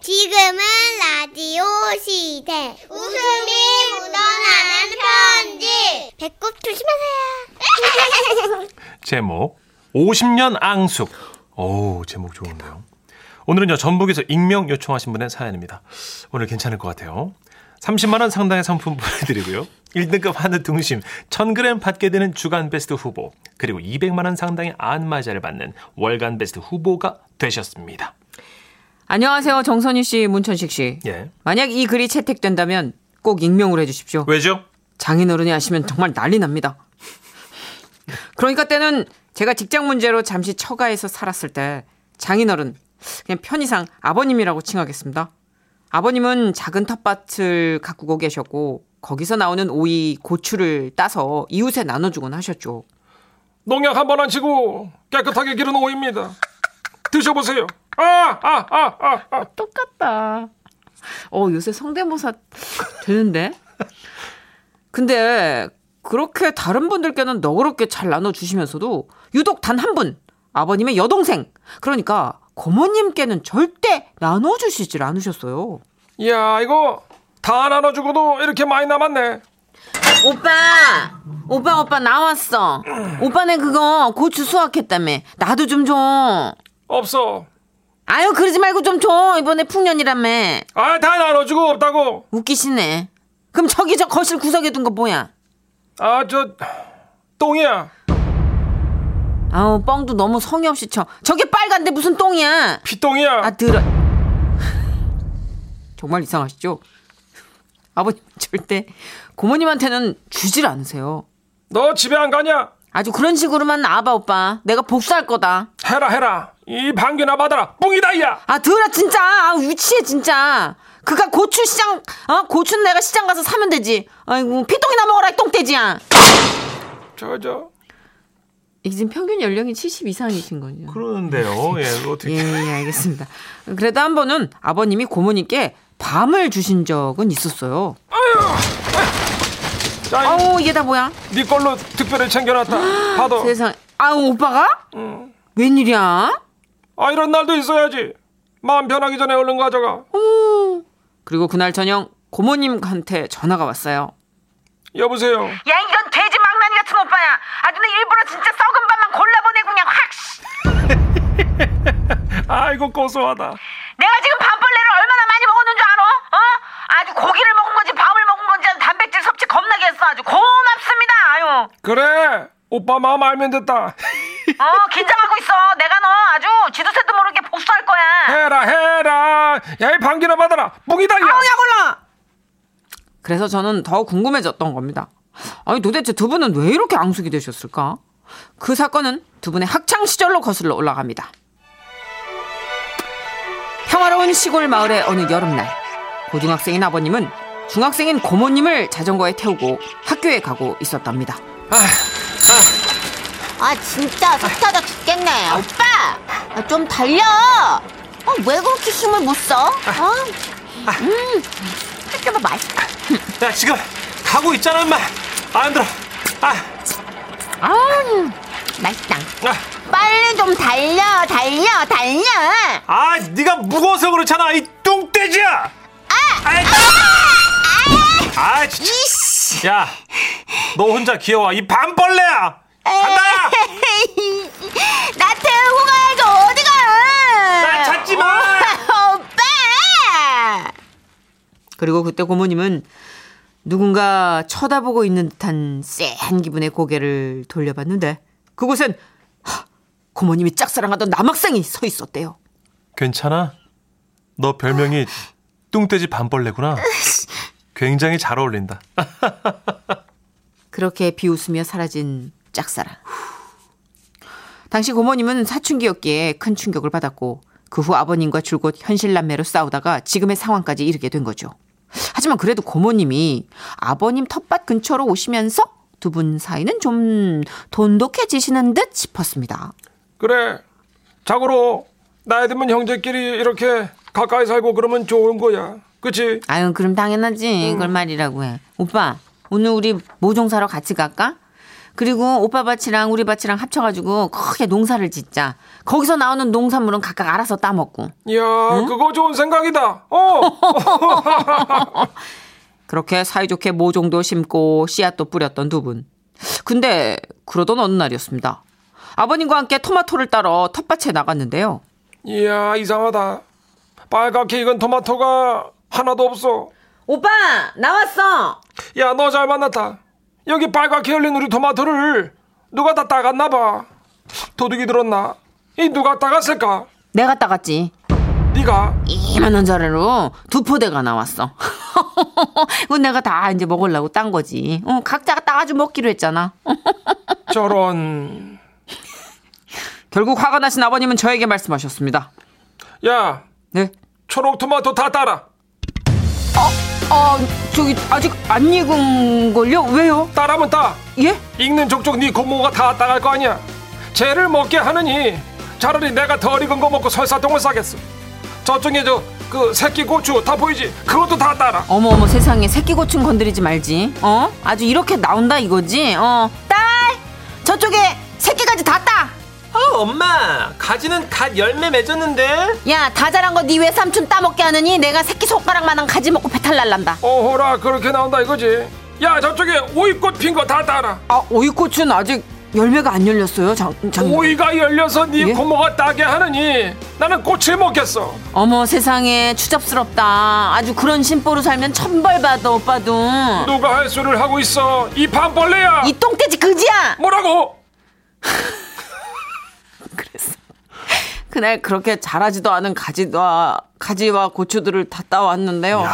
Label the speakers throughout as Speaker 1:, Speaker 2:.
Speaker 1: 지금은 라디오 시대. 웃음이 묻어나는 편지. 배꼽 조심하세요.
Speaker 2: 제목 50년 앙숙. 오 제목 좋은데요. 오늘은요 전북에서 익명 요청하신 분의 사연입니다. 오늘 괜찮을 것 같아요. 30만 원 상당의 상품 보내드리고요. 1등급 한우 등심 1000g 받게 되는 주간 베스트 후보 그리고 200만 원 상당의 안마자를 받는 월간 베스트 후보가 되셨습니다.
Speaker 3: 안녕하세요. 정선희 씨, 문천식 씨.
Speaker 2: 예.
Speaker 3: 만약 이 글이 채택된다면 꼭 익명으로 해주십시오.
Speaker 2: 왜죠?
Speaker 3: 장인어른이 하시면 정말 난리 납니다. 그러니까 때는 제가 직장 문제로 잠시 처가에서 살았을 때 장인어른, 그냥 편의상 아버님이라고 칭하겠습니다. 아버님은 작은 텃밭을 가꾸고 계셨고 거기서 나오는 오이, 고추를 따서 이웃에 나눠주곤 하셨죠.
Speaker 4: 농약 한 번 안 치고 깨끗하게 기른 오입니다. 드셔보세요. 아, 아, 아, 아, 아.
Speaker 3: 똑같다. 어, 요새 성대모사 되는데? 근데 그렇게 다른 분들께는 너그럽게 잘 나눠주시면서도 유독 단 한 분, 아버님의 여동생, 그러니까 고모님께는 절대 나눠주시질 않으셨어요.
Speaker 4: 야, 이거 다 나눠주고도 이렇게 많이 남았네.
Speaker 3: 오빠! 오빠, 오빠, 나왔어. 오빠네 그거 고추 수확했다며. 나도 좀 줘.
Speaker 4: 없어.
Speaker 3: 아유, 그러지 말고 좀 줘. 이번에 풍년이라며.
Speaker 4: 아, 다 나눠주고 없다고.
Speaker 3: 웃기시네. 그럼 저기 저 거실 구석에 둔 거 뭐야?
Speaker 4: 아, 저 똥이야.
Speaker 3: 아우 뻥도 너무 성의 없이 쳐. 저게 빨간데 무슨 똥이야?
Speaker 4: 피똥이야.
Speaker 3: 아 들어. 정말 이상하시죠? 아버님 절대 고모님한테는 주질 않으세요.
Speaker 4: 너 집에 안 가냐?
Speaker 3: 아주 그런 식으로만 아바 오빠. 내가 복수할 거다.
Speaker 4: 해라, 해라. 이 방귀나 받아라. 뿡이다, 이야.
Speaker 3: 아 들어 진짜. 아 유치해 진짜. 그가 고추 시장 어 고추는 내가 시장 가서 사면 되지. 아이고 피똥이나 먹어라 이 똥돼지야.
Speaker 4: 저, 저.
Speaker 3: 이게 지금 평균 연령이 70 이상이신 거죠?
Speaker 2: 그러는데요. 예, 이거 어떻게
Speaker 3: 예, 예, 알겠습니다. 그래도 한 번은 아버님이 고모님께 밤을 주신 적은 있었어요.
Speaker 4: 자,
Speaker 3: 아우 이게 다 뭐야?
Speaker 4: 네 걸로 특별히 챙겨놨다. 받아. 음.
Speaker 3: 세상. 아우 오빠가? 웬일이야?
Speaker 4: 아, 이런 날도 있어야지. 마음 편하기 전에 얼른 가져가.
Speaker 3: 그리고 그날 저녁 고모님한테 전화가 왔어요.
Speaker 4: 여보세요.
Speaker 3: 야 이건 돼지 망나니 같은 오빠야. 아주 내 일부러 진짜 썩은 밥만 골라보내고 그냥 확. 씨.
Speaker 4: 아이고, 고소하다.
Speaker 3: 내가 지금 밤벌레를 얼마나 많이 먹었는 줄 알아? 어? 아주 고기를 먹은 건지 밤을 먹은 건지 아주 단백질 섭취 겁나게 했어. 아주 고맙습니다. 아유.
Speaker 4: 그래 오빠 마음 알면 됐다
Speaker 3: 어 긴장하고 있어. 내가 너 아주 지도새도 모르게 복수할 거야.
Speaker 4: 해라 해라 야이 방귀나 받아라 뿡이다 야
Speaker 3: 그래서 저는 더 궁금해졌던 겁니다. 아니 도대체 두 분은 왜 이렇게 앙숙이 되셨을까? 그 사건은 두 분의 학창 시절로 거슬러 올라갑니다. 평화로운 시골 마을의 어느 여름날 고등학생인 아버님은 중학생인 고모님을 자전거에 태우고 학교에 가고 있었답니다.
Speaker 1: 아, 진짜 속타다 죽겠네. 오빠! 아, 좀 달려! 아, 왜 그렇게 힘을 못 써? 어? 음, 학교가 맛있다.
Speaker 2: 야, 지금 가고 있잖아, 인마. 안 들어. 아,
Speaker 1: 아, 맛있다.
Speaker 2: 아,
Speaker 1: 빨리 좀 달려, 달려, 달려!
Speaker 2: 아, 네가 무거워서 그렇잖아. 이 뚱돼지야.
Speaker 3: 아.
Speaker 2: 아, 아, 아, 진짜.
Speaker 1: 이씨!
Speaker 2: 야, 너 혼자 귀여워. 이 밤벌레야. 간다.
Speaker 1: 나 태우고 가야지, 어디 가!
Speaker 2: 나 찾지 마.
Speaker 1: 오빠! 오빠!
Speaker 3: 그리고 그때 고모님은 누군가 쳐다보고 있는 듯한 쎄한 기분의 고개를 돌려봤는데 그곳엔 하, 고모님이 짝사랑하던 남학생이 서 있었대요.
Speaker 2: 괜찮아? 너 별명이 뚱돼지 밤벌레구나. 굉장히 잘 어울린다.
Speaker 3: 그렇게 비웃으며 사라진 짝사랑. 당시 고모님은 사춘기였기에 큰 충격을 받았고 그 후 아버님과 줄곧 현실남매로 싸우다가 지금의 상황까지 이르게 된 거죠. 하지만 그래도 고모님이 아버님 텃밭 근처로 오시면서 두 분 사이는 좀 돈독해지시는 듯 싶었습니다.
Speaker 4: 그래 자고로 나이 들면 형제끼리 이렇게 가까이 살고 그러면 좋은 거야 그치
Speaker 3: 아유 그럼 당연하지 그걸 말이라고 해 오빠 오늘 우리 모종 사러 같이 갈까? 그리고 오빠 밭이랑 우리 밭이랑 합쳐가지고 크게 농사를 짓자. 거기서 나오는 농산물은 각각 알아서 따먹고.
Speaker 4: 이야, 그거 좋은 생각이다. 어.
Speaker 3: 그렇게 사이좋게 모종도 심고 씨앗도 뿌렸던 두 분. 근데 그러던 어느 날이었습니다. 아버님과 함께 토마토를 따러 텃밭에 나갔는데요.
Speaker 4: 이야, 이상하다. 빨갛게 익은 토마토가 하나도 없어.
Speaker 3: 오빠 나왔어.
Speaker 4: 야, 너 잘 만났다. 여기 빨갛게 열린 우리 토마토를 누가 다 따갔나 봐. 도둑이 들었나? 이 누가 따갔을까?
Speaker 3: 내가 따갔지.
Speaker 4: 네가?
Speaker 3: 이만한 자리로 두 포대가 나왔어. 그건 내가 다 이제 먹으려고 딴 거지. 어, 각자가 따가지고 먹기로 했잖아. 어.
Speaker 4: 저런.
Speaker 3: 결국 화가 나신 아버님은 저에게 말씀하셨습니다.
Speaker 4: 야,
Speaker 3: 네.
Speaker 4: 초록 토마토 다 따라.
Speaker 3: 아, 저기 아직 안 익은 걸요? 왜요?
Speaker 4: 따라면 따.
Speaker 3: 예?
Speaker 4: 익는 족족 네 고모가 다 따갈 거 아니야. 쟤를 먹게 하느니 차라리 내가 덜 익은 거 먹고 설사통을 싸겠어. 저쪽에 저 그 새끼 고추 다 보이지? 그것도 다 따라.
Speaker 3: 어머 어머 세상에 새끼 고충 건드리지 말지. 어? 아주 이렇게 나온다 이거지. 어. 딸! 저쪽에 새끼까지 다 따.
Speaker 2: 아,
Speaker 5: 어, 엄마 가지는 갓 열매 맺었는데
Speaker 3: 야, 다 자란 거 네 외삼촌 따먹게 하느니 내가 새끼 손가락만한 가지 먹고 배탈 날란다.
Speaker 4: 어허라 그렇게 나온다 이거지. 야 저쪽에 오이꽃 핀 거 다 따라.
Speaker 3: 아, 오이꽃은 아직 열매가 안 열렸어요. 장, 장...
Speaker 4: 오이가 열려서 네
Speaker 3: 음. 예?
Speaker 4: 고모가 따게 하느니 나는 꽃을 먹겠어.
Speaker 3: 어머 세상에 추잡스럽다. 아주 그런 심보로 살면 천벌 받아 오빠도.
Speaker 4: 누가 할 수를 하고 있어? 이 반벌레야.
Speaker 3: 이 똥돼지 그지야.
Speaker 4: 뭐라고?
Speaker 3: 그날 그렇게 자라지도 않은 가지와 가지와 고추들을 다 따왔는데요.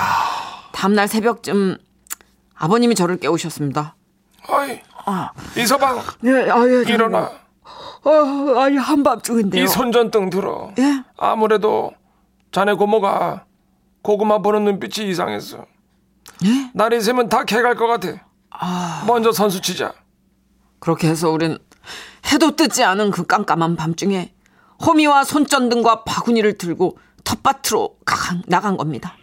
Speaker 3: 다음날 새벽쯤 아버님이 저를 깨우셨습니다.
Speaker 4: 아이 이서방
Speaker 3: 네, 아유,
Speaker 4: 일어나.
Speaker 3: 어, 아니 한밤중인데요.
Speaker 4: 예, 이 손전등 들어.
Speaker 3: 예?
Speaker 4: 아무래도 자네 고모가 고구마 보는 눈빛이 이상했어.
Speaker 3: 네?
Speaker 4: 날이 새면 다 개갈 것 같아. 먼저 선수 치자.
Speaker 3: 그렇게 해서 우린 해도 뜨지 않은 그 깜깜한 밤중에 호미와 손전등과 바구니를 들고 텃밭으로 가간- 나간 겁니다.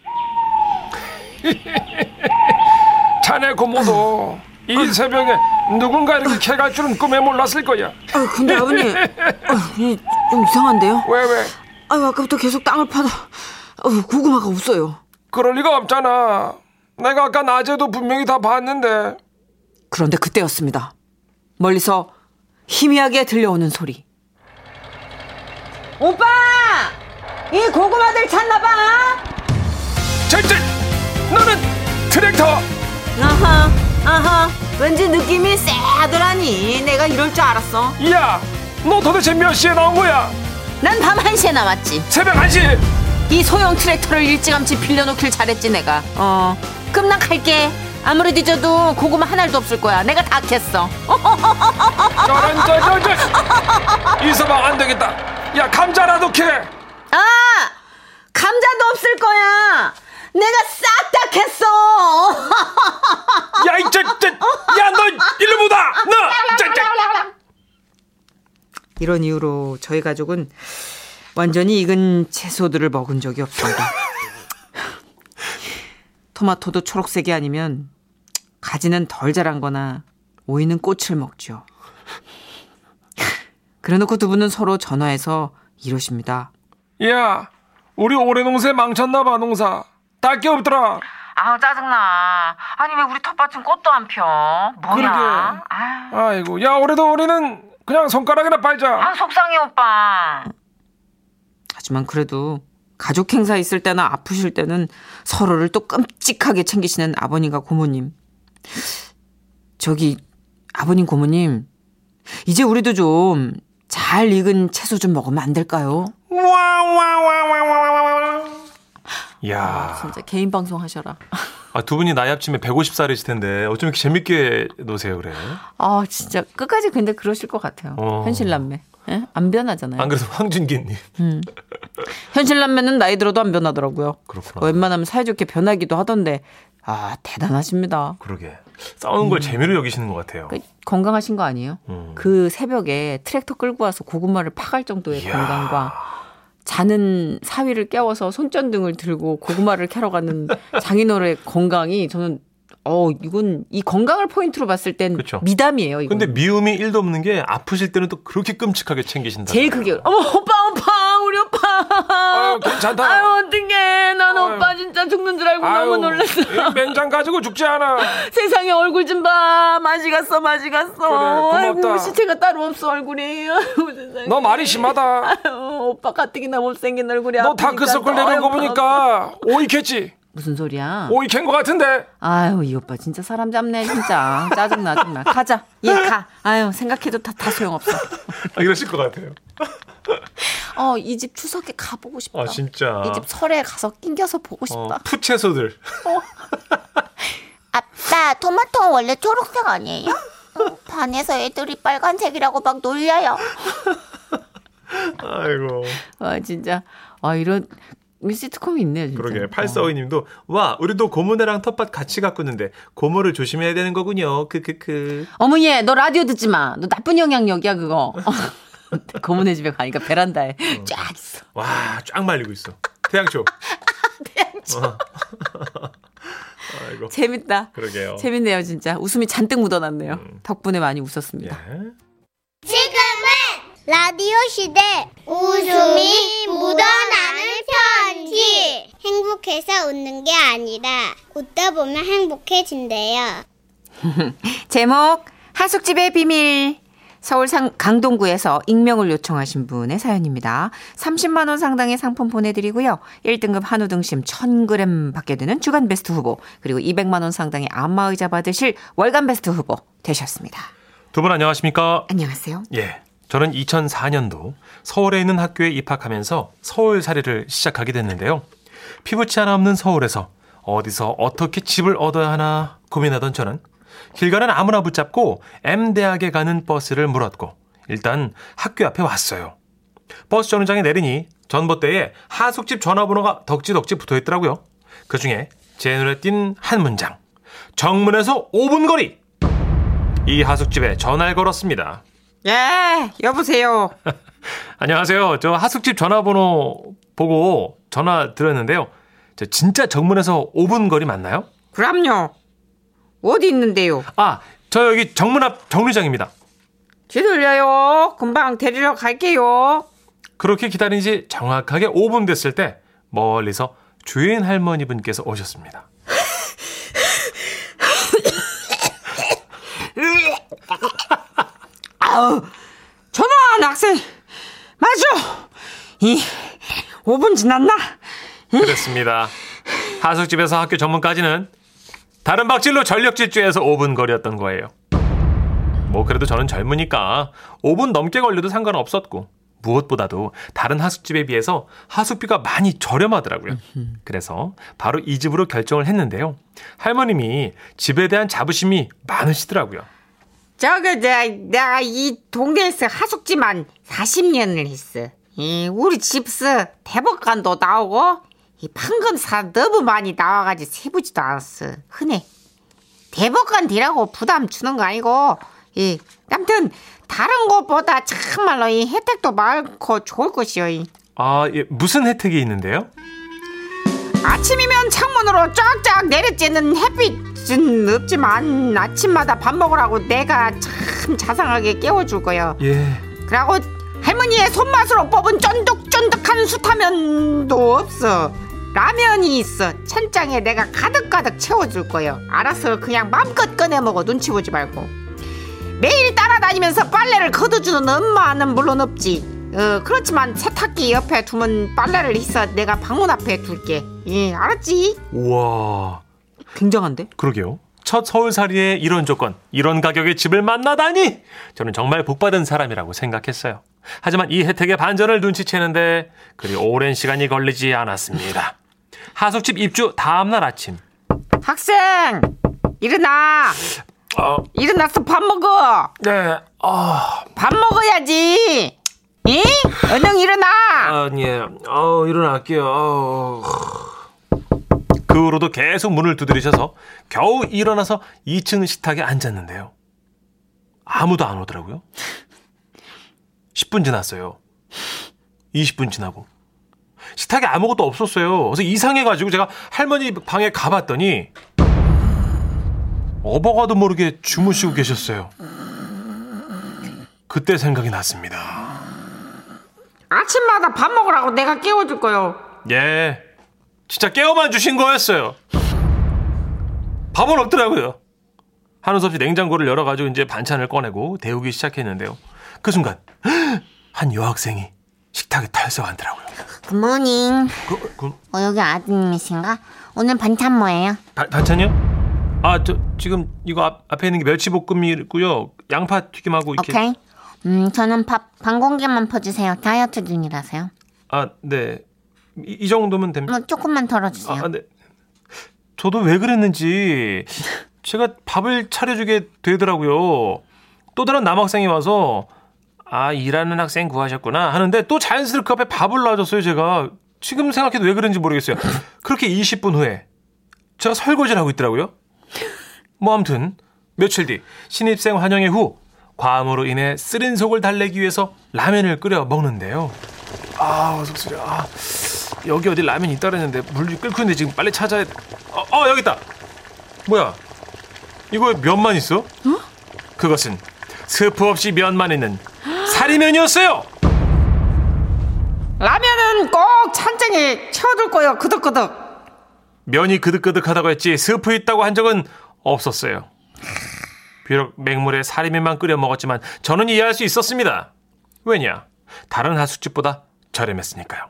Speaker 4: 자네 고모도
Speaker 3: 아.
Speaker 4: 이 새벽에 누군가 이렇게 개갈 줄은 꿈에 몰랐을 거야.
Speaker 3: 아, 근데 아버님, 아, 이좀 이상한데요?
Speaker 4: 왜 왜?
Speaker 3: 아유, 아까부터 계속 땅을 파다 아유, 고구마가 없어요.
Speaker 4: 그럴 리가 없잖아. 내가 아까 낮에도 분명히 다 봤는데
Speaker 3: 그런데 그때였습니다. 멀리서 희미하게 들려오는 소리. 오빠! 이 고구마들 찾나봐!
Speaker 4: 쟤쟤 너는 트랙터
Speaker 3: 아하, 아하. 왠지 느낌이 쎄하더라니. 내가 이럴 줄 알았어.
Speaker 4: 야, 너 도대체 몇 시에 나온 거야?
Speaker 3: 난 밤 1시에 나왔지.
Speaker 4: 새벽 1시.
Speaker 3: 이 소형 트랙터를 일찌감치 빌려놓길 잘했지, 내가. 어. 그럼 나 갈게. 아무리 뒤져도 고구마 한 알도 없을 거야. 내가 다 캤어. 어?
Speaker 4: 저런 저런 저런. 이서방 안 되겠다. 야, 감자라도 캐.
Speaker 3: 아! 감자도 없을 거야! 내가 싹 다 캤어!
Speaker 4: 야, 이제 제 야, 너 일로 보다. 너. 쟤, 쟤.
Speaker 3: 이런 이유로 저희 가족은 완전히 익은 채소들을 먹은 적이 없습니다. 토마토도 초록색이 아니면 가지는 덜 자란 거나 오이는 꽃을 먹죠. 그래놓고 두 분은 서로 전화해서 이러십니다.
Speaker 4: 야, 우리 올해 농사 망쳤나 봐, 농사. 딸 게 없더라.
Speaker 3: 아 짜증나. 아니 왜 우리 텃밭은 꽃도 안 펴?
Speaker 4: 뭐야? 아이고. 야, 올해도 우리는 그냥 손가락이나 빨자.
Speaker 3: 속상해 오빠. 하지만 그래도 가족 행사 있을 때나 아프실 때는 서로를 또 끔찍하게 챙기시는 아버님과 고모님. 저기 아버님 고모님 이제 우리도 좀 잘 익은 채소 좀 먹으면 안 될까요?
Speaker 2: 야,
Speaker 3: 진짜 개인 방송 하셔라.
Speaker 2: 아, 두 분이 나이 합치면 150살이실 텐데 어쩜 이렇게 재밌게 노세요, 그래?
Speaker 3: 아 진짜 끝까지 근데 그러실 것 같아요.
Speaker 2: 어.
Speaker 3: 현실남매 예? 안 변하잖아요.
Speaker 2: 안 그래도 황준기님.
Speaker 3: 현실남매는 나이 들어도 안 변하더라고요.
Speaker 2: 그렇구나.
Speaker 3: 웬만하면 사이좋게 변하기도 하던데 아 대단하십니다.
Speaker 2: 그러게 싸우는 걸 재미로 여기시는 것 같아요.
Speaker 3: 음.
Speaker 2: 음.
Speaker 3: 그 건강하신 거 아니에요? 그 새벽에 트랙터 끌고 와서 고구마를 파갈 정도의
Speaker 2: 이야.
Speaker 3: 건강과 자는 사위를 깨워서 손전등을 들고 고구마를 캐러 가는 장인어른의 건강이 저는 어, 이건 이 건강을 포인트로 봤을 땐
Speaker 2: 그쵸.
Speaker 3: 미담이에요. 이건.
Speaker 2: 근데 미움이 1도 없는 게 아프실 때는 또 그렇게 끔찍하게 챙기신다.
Speaker 3: 제일 그게 어머 오빠 오빠 우리 오빠.
Speaker 4: 아유, 어, 괜찮다.
Speaker 3: 아유 어떡해. 난
Speaker 4: 아유.
Speaker 3: 오빠 진짜 죽는 줄 알고 너무
Speaker 4: 아유,
Speaker 3: 놀랐어.
Speaker 4: 이 맹장 가지고 죽지 않아.
Speaker 3: 세상에 얼굴 좀 봐. 맛이 갔어, 맛이 갔어.
Speaker 4: 고맙다.
Speaker 3: 아이고, 시체가 따로 없어, 얼굴이. 아이고, 세상에.
Speaker 4: 너 말이 심하다.
Speaker 3: 아유, 어, 오빠 가뜩이나 못생긴 얼굴이
Speaker 4: 너
Speaker 3: 아프니까
Speaker 4: 다크서클 그
Speaker 3: 또
Speaker 4: 내린 거
Speaker 3: 아유,
Speaker 4: 보니까 오이 캤지.
Speaker 3: 무슨 소리야?
Speaker 4: 오이 캔 거 같은데.
Speaker 3: 아유, 이 오빠 진짜 사람 잡네, 진짜. 짜증나, 정말. 가자. 얘 가. 아유, 생각해도 다, 다 소용없어.
Speaker 2: 아, 이러실 것 같아요.
Speaker 1: 어, 이 집 추석에 가보고 싶다.
Speaker 2: 아, 진짜.
Speaker 1: 이 집 설에 가서 낑겨서 보고 싶다.
Speaker 2: 어, 푸채소들.
Speaker 1: 아빠, 토마토는 원래 초록색 아니에요? 어, 반에서 애들이 빨간색이라고 막 놀려요.
Speaker 2: 아이고.
Speaker 3: 아, 진짜. 아, 이런 시트콤이 있네요, 진짜. 어.
Speaker 2: 그러게. 8452님도 와, 우리도 고무대랑 텃밭 같이 가꾸는데 고무를 조심해야 되는 거군요. 그, 크크크.
Speaker 3: 어머 얘 너 라디오 듣지 마. 너 나쁜 영향력이야 그거. 고모네 집에 가니까 베란다에 쫙 있어.
Speaker 2: 와, 쫙 말리고 있어. 태양초. 태양초. 아이고.
Speaker 3: 재밌다.
Speaker 2: 그러게요.
Speaker 3: 재밌네요 진짜. 웃음이 잔뜩 묻어났네요. 덕분에 많이 웃었습니다.
Speaker 2: 예.
Speaker 6: 라디오 시대 웃음이 묻어나는 편지 행복해서 웃는 게 아니라 웃다 보면 행복해진대요.
Speaker 3: 제목 하숙집의 비밀. 서울 상 강동구에서 익명을 요청하신 분의 사연입니다. 30만 원 상당의 상품 보내드리고요. 1등급 한우 등심 1,000g 받게 되는 주간 베스트 후보 그리고 200만 원 상당의 안마의자 받으실 월간 베스트 후보 되셨습니다.
Speaker 2: 두 분 안녕하십니까?
Speaker 3: 안녕하세요.
Speaker 2: 예. 저는 2004년도 서울에 있는 학교에 입학하면서 서울 살이를 시작하게 됐는데요. 피부치 하나 없는 서울에서 어디서 어떻게 집을 얻어야 하나 고민하던 저는 길 가는 아무나 붙잡고 M대학에 가는 버스를 물었고 일단 학교 앞에 왔어요. 버스 정류장에 내리니 전봇대에 하숙집 전화번호가 덕지덕지 붙어 있더라고요. 그 중에 제 눈에 띈 한 문장. 정문에서 5분 거리! 이 하숙집에 전화를 걸었습니다.
Speaker 3: 예 여보세요.
Speaker 2: 안녕하세요. 저 하숙집 전화번호 보고 전화 드렸는데요. 저 진짜 정문에서 5분 거리 맞나요?
Speaker 3: 그럼요. 어디 있는데요?
Speaker 2: 아, 저 여기 정문 앞 정류장입니다.
Speaker 3: 뒤돌려요. 금방 데리러 갈게요.
Speaker 2: 그렇게 기다린 지 정확하게 5분 됐을 때 멀리서 주인 할머니 분께서 오셨습니다.
Speaker 3: 전화 학생 맞아. 이 5분 지났나?
Speaker 2: 그렇습니다. 하숙집에서 학교 정문까지는 다른 박질로 전력 질주해서 5분 거리였던 거예요. 뭐 그래도 저는 젊으니까 5분 넘게 걸려도 상관없었고 무엇보다도 다른 하숙집에 비해서 하숙비가 많이 저렴하더라고요. 그래서 바로 이 집으로 결정을 했는데요. 할머님이 집에 대한 자부심이 많으시더라고요.
Speaker 3: 저거 저 내가 이 동네에서 하숙집 한 40년을 했어. 이 우리 집서 대법관도 나오고 이 판검사 너무 많이 나와가지고 세부지도 않았어. 흔해. 대법관 되라고 부담 주는 거 아니고 이 아무튼 다른 곳보다 참말로 이 혜택도 많고 좋을 것이요. 이.
Speaker 2: 아, 예, 무슨 혜택이 있는데요?
Speaker 3: 아침이면 창문으로 쫙쫙 내려쬐는 햇빛은 없지만 아침마다 밥 먹으라고 내가 참 자상하게 깨워줄 거요.
Speaker 2: 예.
Speaker 3: 그리고 할머니의 손맛으로 뽑은 쫀득쫀득한 수타면도 없어. 라면이 있어. 천장에 내가 가득가득 채워줄 거요. 알아서 그냥 마음껏 꺼내 먹어. 눈치 보지 말고. 매일 따라다니면서 빨래를 걷어주는 엄마는 물론 없지. 어, 그렇지만 세탁기 옆에 두면 빨래를 있어 내가 방문 앞에 둘게. 예, 알았지?
Speaker 2: 우와.
Speaker 3: 굉장한데?
Speaker 2: 그러게요. 첫 서울살이에 이런 조건, 이런 가격에 집을 만나다니! 저는 정말 복받은 사람이라고 생각했어요. 하지만 이 혜택의 반전을 눈치채는데 그리 오랜 시간이 걸리지 않았습니다. 하숙집 입주 다음날 아침.
Speaker 3: 학생! 일어나!
Speaker 2: 어,
Speaker 3: 일어나서 밥 먹어!
Speaker 2: 네, 아,
Speaker 3: 밥 먹어야지! 이? 얼른 일어나!
Speaker 2: 아, 예, 어, 일어날게요. 어. 그 후로도 계속 문을 두드리셔서 겨우 일어나서 2층 식탁에 앉았는데요. 아무도 안 오더라고요. 10분 지났어요. 20분 지나고. 식탁에 아무것도 없었어요. 그래서 이상해가지고 제가 할머니 방에 가봤더니 어버가도 모르게 주무시고 계셨어요. 그때 생각이 났습니다.
Speaker 7: 아침마다 밥 먹으라고 내가 깨워줄 거요.
Speaker 2: 예. 진짜 깨워만 주신 거였어요. 밥은 없더라고요. 한우 없이 냉장고를 열어가지고 이제 반찬을 꺼내고 데우기 시작했는데요. 그 순간 한 여학생이 식탁에 탈세하더라고요.
Speaker 1: 굿모닝.
Speaker 2: 그, 그,
Speaker 1: 어, 여기 아드님이신가? 오늘 반찬 뭐예요?
Speaker 2: 바- 반찬이요? 아, 저 지금 이거 앞, 앞에 있는 게 멸치볶음이고요. 양파 튀김하고
Speaker 1: 아,
Speaker 2: 이렇게.
Speaker 1: 오케이. 음, 저는 밥 반 공기만 퍼주세요. 다이어트 중이라서요.
Speaker 2: 아, 네. 이, 이 정도면 됩니다.
Speaker 1: 뭐 조금만 덜어주세요.
Speaker 2: 아, 네. 저도 왜 그랬는지 제가 밥을 차려주게 되더라고요. 또 다른 남학생이 와서 아 일하는 학생 구하셨구나 하는데 또 자연스럽게 그 앞에 밥을 놔줬어요 제가 지금 생각해도 왜 그런지 모르겠어요. 그렇게 20분 후에 제가 설거지를 하고 있더라고요. 뭐 아무튼 며칠 뒤 신입생 환영회 후 과음으로 인해 쓰린 속을 달래기 위해서 라면을 끓여 먹는데요. 아 속쓰려. 아, 여기 어디 라면 있다 그랬는데 물이 끓고 있는데 지금 빨리 찾아야 돼. 어, 어 여기 있다. 뭐야? 이거 왜 면만 있어? 그것은 스프 없이 면만 있는 사리면이었어요.
Speaker 7: 라면은 꼭 찬장에 채워줄 거요. 그득그득.
Speaker 2: 면이 그득그득하다고 했지 스프 있다고 한 적은 없었어요. 비록 맹물에 사리면만 끓여 먹었지만 저는 이해할 수 있었습니다. 왜냐? 다른 하숙집보다 저렴했으니까요.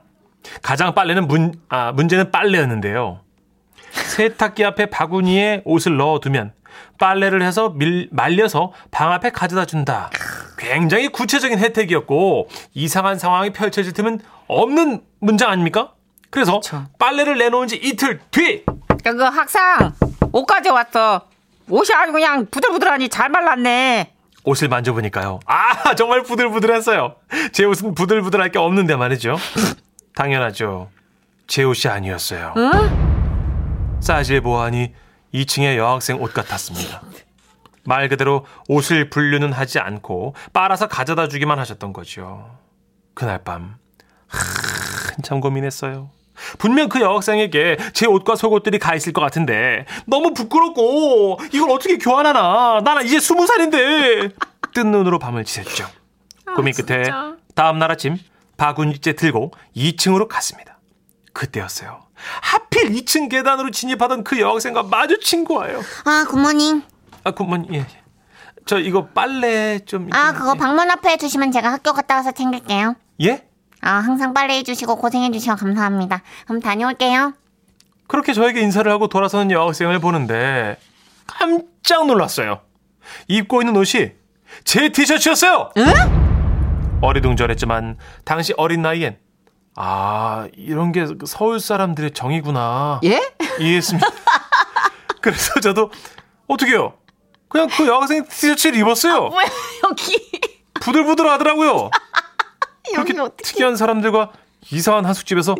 Speaker 2: 가장 빨래는 문, 아, 문제는 빨래였는데요. 세탁기 앞에 바구니에 옷을 넣어두면 빨래를 해서 밀, 말려서 방 앞에 가져다 준다. 굉장히 구체적인 혜택이었고 이상한 상황이 펼쳐질 틈은 없는 문장 아닙니까? 그래서 빨래를 내놓은 지 이틀 뒤
Speaker 7: 그 학상 옷 가져왔어. 옷이 아주 그냥 부들부들하니 잘 말랐네.
Speaker 2: 옷을 만져보니까요. 아, 정말 부들부들했어요. 제 옷은 부들부들할 게 없는데 말이죠. 당연하죠. 제 옷이 아니었어요. 사이즈의 보안이 2층의 여학생 옷 같았습니다. 말 그대로 옷을 분류는 하지 않고 빨아서 가져다 주기만 하셨던 거죠. 그날 밤 한참 고민했어요. 분명 그 여학생에게 제 옷과 속옷들이 가 있을 것 같은데 너무 부끄럽고 이걸 어떻게 교환하나 나는 이제 스무 살인데 뜬 눈으로 밤을 지샜죠. 고민 끝에 다음 날 아침 바구니째 들고 2층으로 갔습니다. 그때였어요. 하필 2층 계단으로 진입하던 그 여학생과 마주친 거예요.
Speaker 1: 아, 굿모닝.
Speaker 2: 아, 굿모닝. 예, 예. 저 이거 빨래 좀
Speaker 1: 아, 그거 방문 앞에 해주시면 제가 학교 갔다 와서 챙길게요.
Speaker 2: 예?
Speaker 1: 아, 항상 빨래 해주시고 고생해주셔서 감사합니다. 그럼 다녀올게요.
Speaker 2: 그렇게 저에게 인사를 하고 돌아서는 여학생을 보는데 깜짝 놀랐어요. 입고 있는 옷이 제 티셔츠였어요. 어리둥절했지만 당시 어린 나이엔 아 이런 게 서울 사람들의 정이구나
Speaker 3: 예?
Speaker 2: 이해했습니다. 그래서 저도 어떻게요? 그냥 그 여학생 티셔츠를 입었어요.
Speaker 3: 아, 뭐야 여기
Speaker 2: 부들부들하더라고요.
Speaker 3: 여기
Speaker 2: 그렇게
Speaker 3: 어떻게?
Speaker 2: 특이한 사람들과 이상한 하숙집에서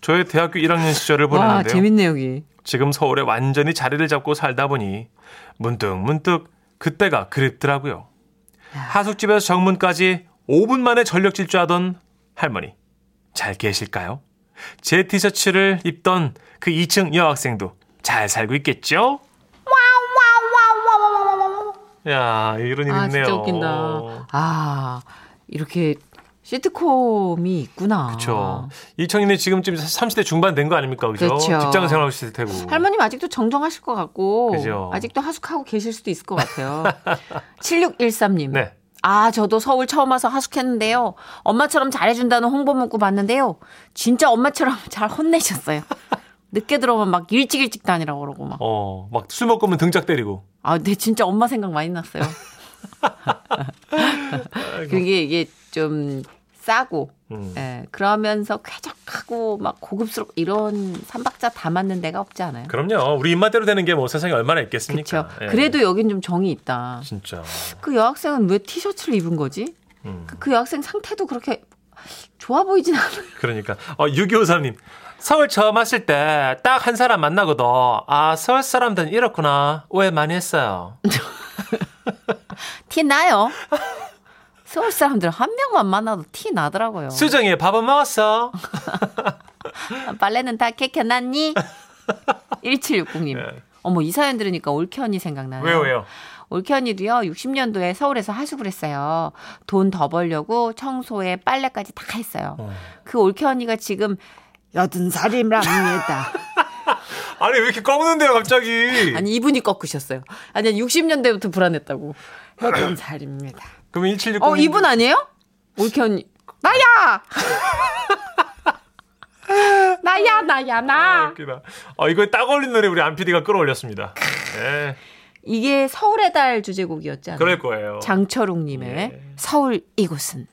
Speaker 2: 저의 대학교 1학년 시절을
Speaker 3: 와
Speaker 2: 보내는데요.
Speaker 3: 재밌네 여기.
Speaker 2: 지금 서울에 완전히 자리를 잡고 살다 보니 문득 문득 그때가 그립더라고요. 하숙집에서 정문까지 5분 만에 전력 질주하던 할머니 잘 계실까요? 제 티셔츠를 입던 그 2층 여학생도 잘 살고 있겠죠? 야 이런 일이
Speaker 3: 아
Speaker 2: 있네요.
Speaker 3: 진짜 웃긴다. 아 이렇게 시트콤이 있구나.
Speaker 2: 그렇죠. 2000년에 지금쯤 30대 중반 된 거 아닙니까? 그죠?
Speaker 3: 아. 그쵸.
Speaker 2: 직장 생활하실 테고.
Speaker 3: 할머님 아직도 정정하실 것 같고
Speaker 2: 그죠.
Speaker 3: 아직도 하숙하고 계실 수도 있을 것 같아요. 7613님.
Speaker 2: 네.
Speaker 3: 아, 저도 서울 처음 와서 하숙했는데요. 엄마처럼 잘해준다는 홍보 문구 봤는데요. 진짜 엄마처럼 잘 혼내셨어요. 늦게 들어오면 막 일찍 일찍 다니라고 그러고 막.
Speaker 2: 어, 막 술 먹고 오면 등짝 때리고.
Speaker 3: 아, 근데 진짜 엄마 생각 많이 났어요. 그게 이게 좀 싸고,
Speaker 2: 음.
Speaker 3: 예, 그러면서 쾌적하고 막 고급스럽고 이런 삼박자 다 맞는 데가 없지 않아요?
Speaker 2: 그럼요. 우리 입맛대로 되는 게 뭐 세상에 얼마나 있겠습니까?
Speaker 3: 그렇죠.
Speaker 2: 예.
Speaker 3: 그래도 여긴 좀 정이 있다.
Speaker 2: 진짜.
Speaker 3: 그 여학생은 왜 티셔츠를 입은 거지?
Speaker 2: 음.
Speaker 3: 그- 그 여학생 상태도 그렇게 좋아 보이진 않아요.
Speaker 2: 그러니까 어 6253님. 서울 처음 왔을 때 딱 한 사람 만나거든. 아, 서울 사람들은 이렇구나. 오해 많이 했어요.
Speaker 3: 티 나요. 서울 사람들 한 명만 만나도 티 나더라고요.
Speaker 2: 수정이 밥은 먹었어?
Speaker 3: 아. 빨래는 다 개켜놨니? 1760님.
Speaker 2: 예.
Speaker 3: 어머 이 사연 들으니까 올케 언니 생각나요.
Speaker 2: 왜요, 왜요?
Speaker 3: 올케 언니도요 60년도에 서울에서 하숙을 했어요. 돈 더 벌려고 청소에 빨래까지 다 했어요. 그 올케 언니가 지금 여든 살이랍니다.
Speaker 2: 아니 왜 이렇게 꺾는데요 갑자기?
Speaker 3: 아니 이분이 꺾으셨어요. 아니 60년대부터 불안했다고. 여든 살입니다.
Speaker 2: 그럼 1760.
Speaker 3: 어 이분 아니에요? 올케 언니 나야. 나야 나야 나.
Speaker 2: 웃기다. 어 이거 딱 어울린 노래 우리 안 PD가 끌어올렸습니다. 예,
Speaker 3: 이게 서울의 달 주제곡이었지 않아요?
Speaker 2: 그럴 거예요.
Speaker 3: 장철웅님의 서울 이곳은